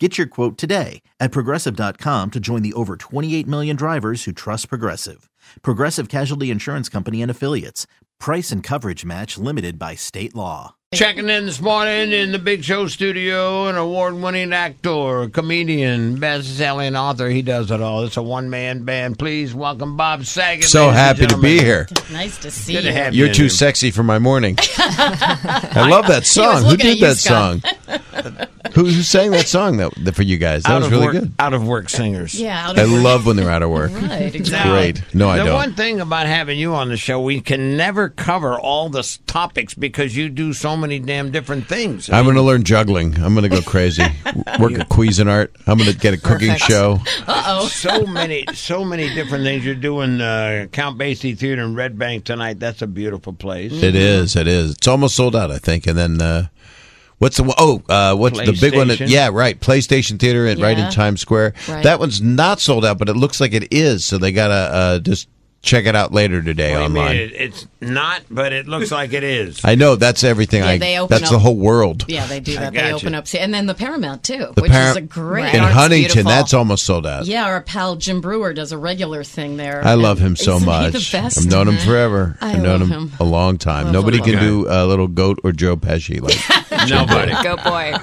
Get your quote today at progressive.com to join the over 28 million drivers who trust Progressive. Progressive Casualty Insurance Company and Affiliates. Price and coverage match limited by state law. Checking in this morning in the Big Show studio, an award winning actor, comedian, best selling author. He does it all. It's a one man band. Please welcome Bob Saget. So ladies and happy to be gentlemen. here. Nice to see Good to you. have You're you. too sexy for my morning. I love that song. Who looking at did you, that song? Scott. who, who sang that song that, that for you guys? That out was of really work, good. Out of work singers. Yeah, out I of work. love when they're out of work. Right, Now, exactly. Great. No, I the don't. one thing about having you on the show, we can never cover all the s- topics because you do so many damn different things. I'm going to learn juggling. I'm going to go crazy. Work at Cuisinart. I'm going to get a cooking show. so many, so many different things. You're doing uh, Count Basie Theater in Red Bank tonight. That's a beautiful place. It is. It is. It's almost sold out, I think. And then uh, what's the one- oh uh, what's the big one? PlayStation. At, yeah, right. PlayStation Theater in, right in Yeah. Times Square. Right. That one's not sold out, but it looks like it is. So they got to uh, just check it out later today What do you mean? online. It- it's not, but it looks like it is. I know that's everything. Yeah, I they open that's up- the whole world. Yeah, they do that. got They you. open up, and then the Paramount too, The which is parent- a great. in Oh, it's Huntington. beautiful. That's almost sold out. Yeah, our pal Jim Brewer does a regular thing there. I love And him so isn't much. He the best. I've known him forever. I have known love him, him. a long time. Love Nobody him. can do a little goat or Joe Pesci. Like Nobody. Go boy.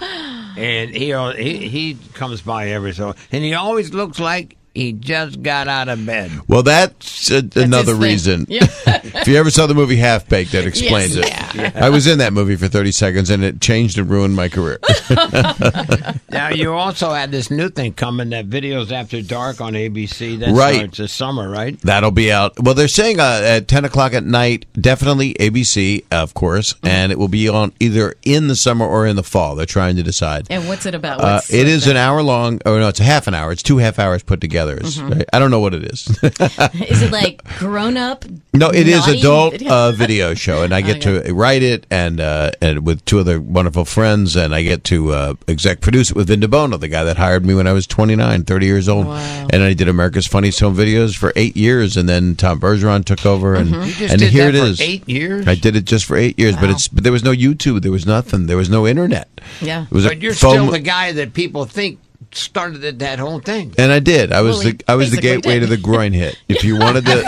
and he, al- he he comes by every so, and he always looks like he just got out of bed. well, that's, a, another his thing. reason. Yeah. if you ever saw the movie Half Baked, that explains Yes. it. I was in that movie for thirty seconds, and it changed and ruined my career. Now you also had this new thing coming that videos after dark on ABC. That Right. starts this summer, right? That'll be out. Well, they're saying uh, at 10 o'clock at night, definitely ABC, of course, and it will be on either in the summer or in the fall. They're trying to decide. And what's it about? Uh, What's it is the- an hour long, or no, it's a half an hour. It's two half hours put together. It's, I don't know what it is. Is it like grown up? no, it is naughty adult video? uh, video show, and I get to write it and uh, and with two other wonderful friends, and I get to uh, exec produce it with Vin DeBono, the guy that hired me when I was 29, 30 years old, Wow. and I did America's Funniest Home Videos for eight years, and then Tom Bergeron took over, and Mm-hmm. You just and did here that it for is. Eight years. I did it just for eight years, but it's but there was no YouTube, there was nothing, there was no internet. Yeah. it was but a you're phone- still the guy that people think started it- that whole thing. And I did. I was Well, he the I was the basically gateway to did. the groin hit. If you wanted to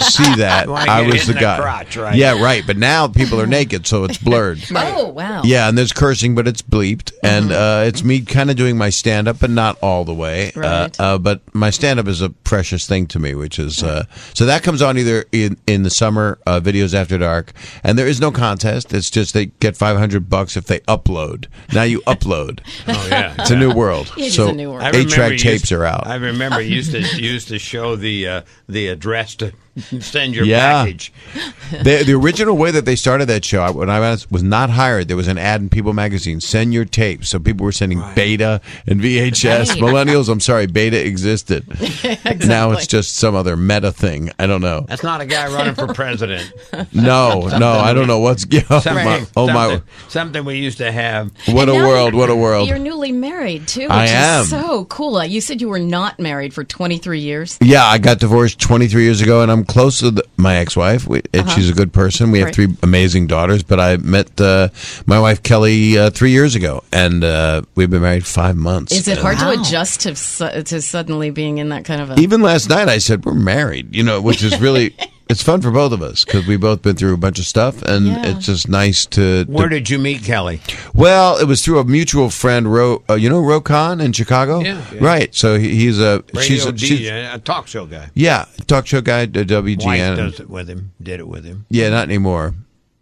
see that, You wanna I get was hit the in the guy. crotch, right? Yeah, right. But now people are naked, so it's blurred. Oh wow. Yeah, and there's cursing, but it's bleeped, Mm-hmm. and uh, it's me kind of doing my stand up, but not all the way. Right. Uh, uh, but my stand up is a precious thing to me, which is uh, so that comes on either in in the summer uh, videos after dark, and there is no contest. It's just they get 500 bucks if they upload. Now you upload. Oh yeah, It's a new world. It is so a new world. I remember Eight track you tapes used- are out. I remember you used to used to show the uh, the address to send your Yeah. package. the, the original way that they started that show, I- when I was, was not hired, there was an ad in People Magazine: "Send your tapes." So people were sending Beta and VHS. Right. Millennials, I'm sorry, Beta existed. Now it's just some other meta thing. I don't know. That's not a guy running for president. No, no, I don't know what's. Oh Something, my! Oh my! something- something we used to have. What a And now world! you're- What a world! You're newly married too, which I am. is so cool. Like, You said you were not married for 23 years. Yeah, I got divorced 23 years ago, and I'm close to the, my ex-wife. We, and She's a good person. We have Uh-huh. Right. three amazing daughters, but I met uh, my wife Kelly uh, three years ago, and uh, we've been married five months. Is it And hard to adjust to su- to suddenly being in that kind of a? Even last night, I said we're married. You know, which is really it's fun for both of us because we both been through a bunch of stuff, and Yeah. it's just nice to. to- Where did you meet Kelly? well, it was through a mutual friend, Ro. Uh, you know, Ro Khan in Chicago, Yeah. right? So he, he's a she's Radio a, D, uh, she's, a a talk show guy. yeah talk show guy uh, Wife WGN. does it with him. Did it with him. Oh. Yeah, not anymore.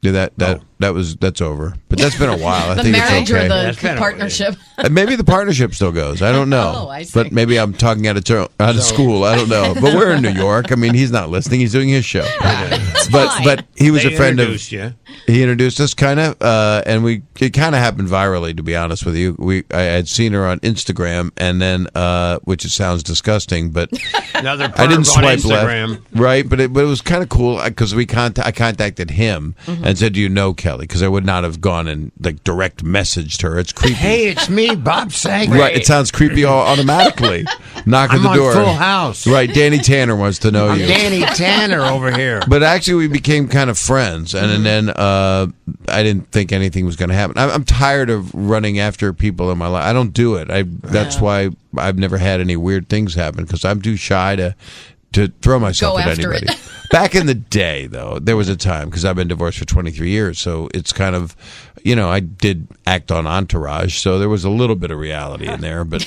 Do that that That was that's over. But that's been a while. I the think it's marriage okay. or Yeah, the it's been a- partnership? Uh, Maybe the partnership still goes. I don't know. Oh, I see. But maybe I'm talking out of turn, out of school. I don't know. But we're in New York. I mean, he's not listening. He's doing his show. but fine. but he was They a friend of introduced you. he introduced us kind of uh, and we it kind of happened virally to be honest with you we i had seen her on instagram and then uh, which it sounds disgusting but Another perv i didn't swipe on Instagram. left right but it, but it was kind of cool because we contact, i contacted him Mm-hmm. and said do you know kelly because i would not have gone and like direct messaged her it's creepy Hey, it's me, Bob Saget. Right, it sounds creepy au- automatically. Knock at I'm the on door. Full House. Right, Danny Tanner wants to know I'm you Danny Tanner over here. but actually we became kind of friends and, and then uh, i didn't think anything was going to happen I, i'm tired of running after people in my life i don't do it I, that's why i've never had any weird things happen because i'm too shy to to throw myself Go at after it. anybody back in the day though there was a time because i've been divorced for 23 years so it's kind of you know i did act on entourage so there was a little bit of reality in there but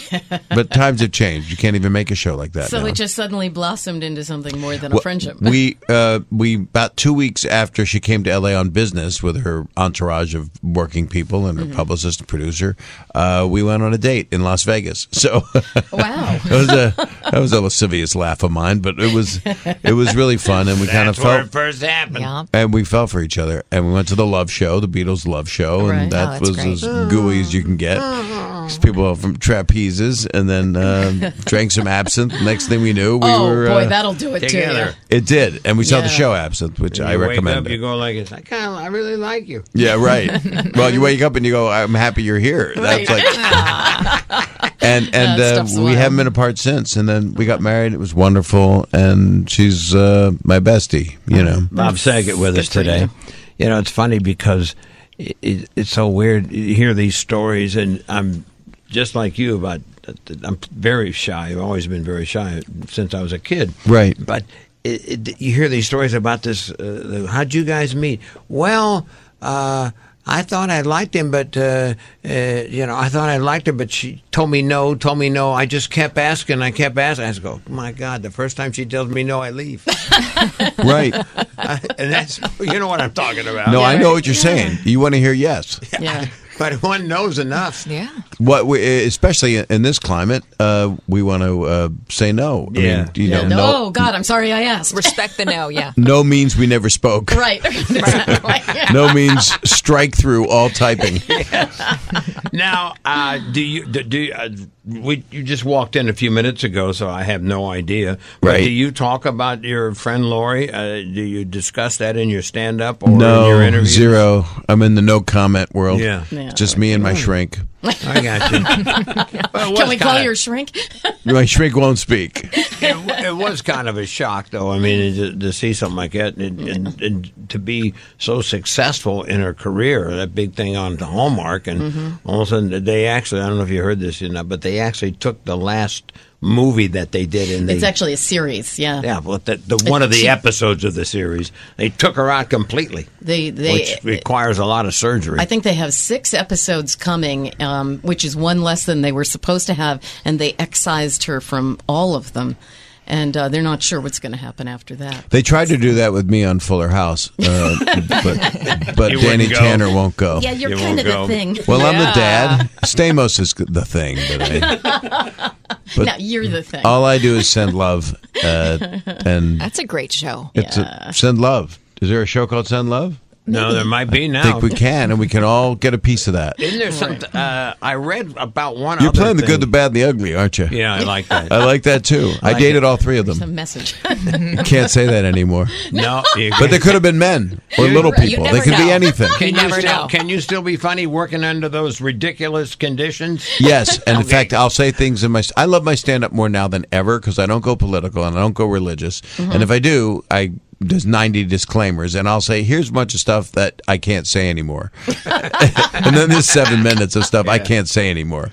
but times have changed you can't even make a show like that so now. it just suddenly blossomed into something more than a Well, friendship. we uh, we about two weeks after she came to LA on business with her entourage of working people and her Mm-hmm. publicist and producer, uh, we went on a date in Las Vegas. So that wow. was a that was a lascivious laugh of mine, but it was it was really fun, and we kind of That's where it felt. first happened. Yeah. And we fell for each other, and we went to the love show, the Beatles' love show, and Right. that Oh, was that's great. as gooey as you can get. 'Cause People are from trapezes, and then um, drank some absinthe. Next thing we knew, we oh were boy, uh, that'll do it Together. too. it did, and we saw the Yeah. show Absinthe, which I you Wake recommend. up, it. you go like this. I kind of, I really like you. yeah, right. well, you wake up and you go, "I'm happy you're here." That's Right. like, and and That uh, stuff's we wild. haven't been apart since. And then we got married. It was wonderful, and she's uh, my bestie. You know, Bob Saget with us for you. today. You know, it's funny because it, it, it's so weird. You hear these stories, and I'm just like you about. I'm very shy. I've always been very shy since I was a kid. Right. But it, it, you hear these stories about this. Uh, how'd you guys meet? Well, uh, I thought I liked him, but uh, uh, you know, I thought I liked her, but she told me no, told me no. I just kept asking. I kept asking. I just go, my God! The first time she tells me no, I leave. right? and that's you know what I'm talking about. No, I know right. what you're saying. You want to hear yes. Yeah. but one knows enough. Yeah. What, we, especially in this climate, uh, we want to uh, say no. I Yeah. mean, you Yeah. know, No, no, oh God, I'm sorry I asked. Respect the no. Yeah. no means we never spoke. right. Exactly. No means strike through all typing. Now, uh, do you do, do you, uh, we? You just walked in a few minutes ago, so I have no idea. But Right. Do you talk about your friend Lori? Uh, do you discuss that in your stand up or no, in your interview? Zero. I'm in the no comment world. Yeah. Yeah. Just me and my shrink. I got you. Well, it Can was we call kinda- your shrink? My shrink won't speak. it, w- it was kind of a shock, though. I mean, to, to see something like that and, and, and to be so successful in her career, that big thing on Hallmark, and Mm-hmm. all of a sudden they actually—I don't know if you heard this or not, but they actually took the last movie that they did and they. It's actually a series. Yeah. yeah, well, the, the one of the episodes of the series, they took her out completely, They they uh, which requires a lot of surgery. I think they have six episodes coming, um, which is one less than they were supposed to have, and they excised her from all of them. And uh, they're not sure what's going to happen after that. They tried to do that with me on Fuller House, uh, but, but You Danny wouldn't go. Tanner won't go. Yeah, you're You kind won't of the go. thing. Well, I'm the dad. Stamos is the thing. But I, but Oh. no, you're the thing. all I do is send love, uh, and That's a great show. it's a, send love. Is there a show called Send Love? no, there might be I now. think we can, and we can all get a piece of that. Isn't there something? Uh, I read about one. You're other playing the good, the thing. bad, and the ugly, aren't you? Yeah, I like that. I like that too. I, like dated it. all three of It's a them. message. Can't say that anymore. no, you But they could have been men or little you people. They never could be know. anything. Can you, never still, know. can you still be funny working under those ridiculous conditions? Yes, and in fact, I'll say things in my. I love my stand up more now than ever because I don't go political and I don't go religious. Mm-hmm. And if I do, I there's 90 disclaimers, and I'll say here's a bunch of stuff that I can't say anymore, and then there's seven minutes of stuff I can't say anymore.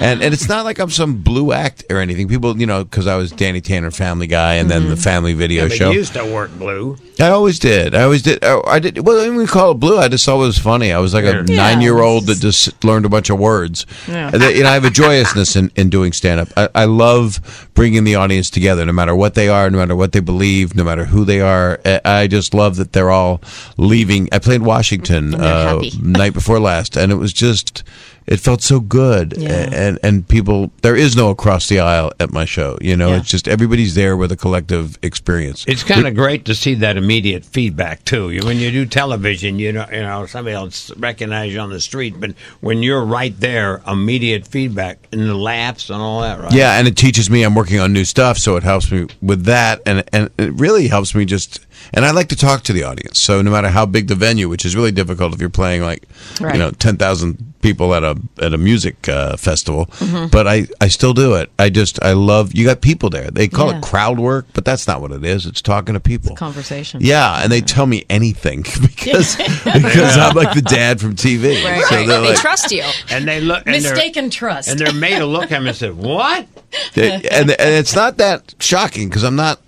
And and it's not like I'm some blue act or anything. People, you know, because I was Danny Tanner, Family Guy, and Mm-hmm. then the Family Video they Show. used to work blue. I always did. I always did. Oh, I, I did. Well, I didn't even call it blue. I just thought it was funny. I was like a Yeah. nine-year-old that just learned a bunch of words. And, that- you know, I have a joyousness in, in doing stand-up. I, I love bringing the audience together, no matter what they are, no matter what they believe, no matter who they are, are. uh, I just love that they're all leaving. I played Washington And they're uh, happy. night before last, and it was just. It felt so good, Yeah. A- and and people. There is no across the aisle at my show. You know, Yeah. it's just everybody's there with a collective experience. It's kind of great to see that immediate feedback too. You- When you do television, you know, you know, somebody else recognizes you on the street, but when you're right there, immediate feedback and the laughs and all that, right? Yeah, and it teaches me I'm working on new stuff, so it helps me with that, and and it really helps me just. And I like to talk to the audience, so no matter how big the venue, which is really difficult if you're playing like Right. you know ten thousand people at a at a music uh, festival, but I I still do it. I just I love you got people there. They call Yeah. it crowd work, but that's not what it is. It's talking to people. Conversation. yeah, and they tell me anything because because I'm like the dad from TV. Right, So right. they're They like, trust you. and they look and they're- Mistaken trust. and they're made to look at me and say, "What?" It- and and it's not that shocking because I'm not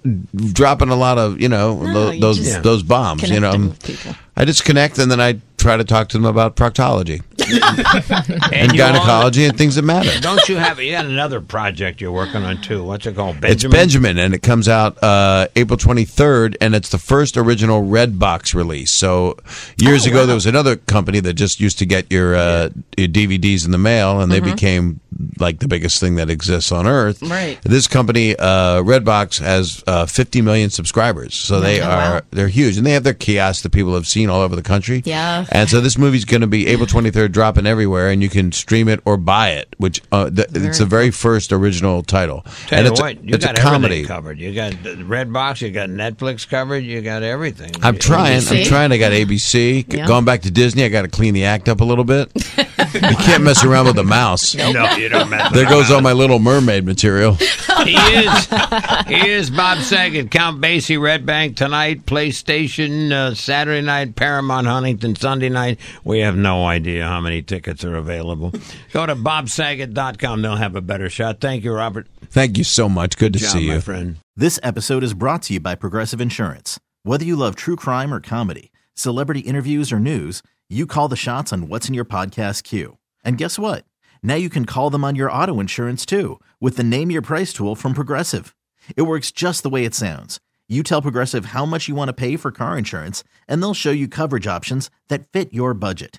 dropping a lot of you know tho- you those just those bombs. You know, connecting I'm- with people. I just connect and then I try to talk to them about proctology and you all- gynecology and things that matter. Don't you have you got another project you're working on too? What's it called? It's Benjamin, and it comes out uh, April 23rd, and it's the first original Red Box release. So years ago, there was another company that just used to get your, uh, your DVDs in the mail, and they became like the biggest thing that exists on earth. Right. This company, uh, Redbox, has uh, 50 million subscribers, so they are they're huge, and they have their kiosks that people have seen all over the country. Yeah. And so this movie's going to be April 23rd, dropping everywhere, and you can stream it or buy it, which uh, th- it's the very first original title Tell and you it's what, a, you it's a got comedy. everything covered. You got the Red Box, you got Netflix covered, you got everything. I'm trying. ABC. I'm trying. I got ABC. Yeah. Going back to Disney, I got to clean the act up a little bit. you can't mess around with a mouse. No, you don't mess There goes all my Little Mermaid material. He is. He is Bob Saget, Count Basie, Red Bank tonight, PlayStation uh, Saturday night, Paramount Huntington Sunday night. We have no idea how many tickets are available. Go to bobsaget.com. They'll have a better shot. Thank you, Robert. Thank you so much. Good to John, see my you. friend. This episode is brought to you by Progressive Insurance. Whether you love true crime or comedy, celebrity interviews or news, you call the shots on what's in your podcast queue. And guess what? Now you can call them on your auto insurance too with the Name Your Price tool from Progressive. It works just the way it sounds. You tell Progressive how much you want to pay for car insurance, and they'll show you coverage options that fit your budget.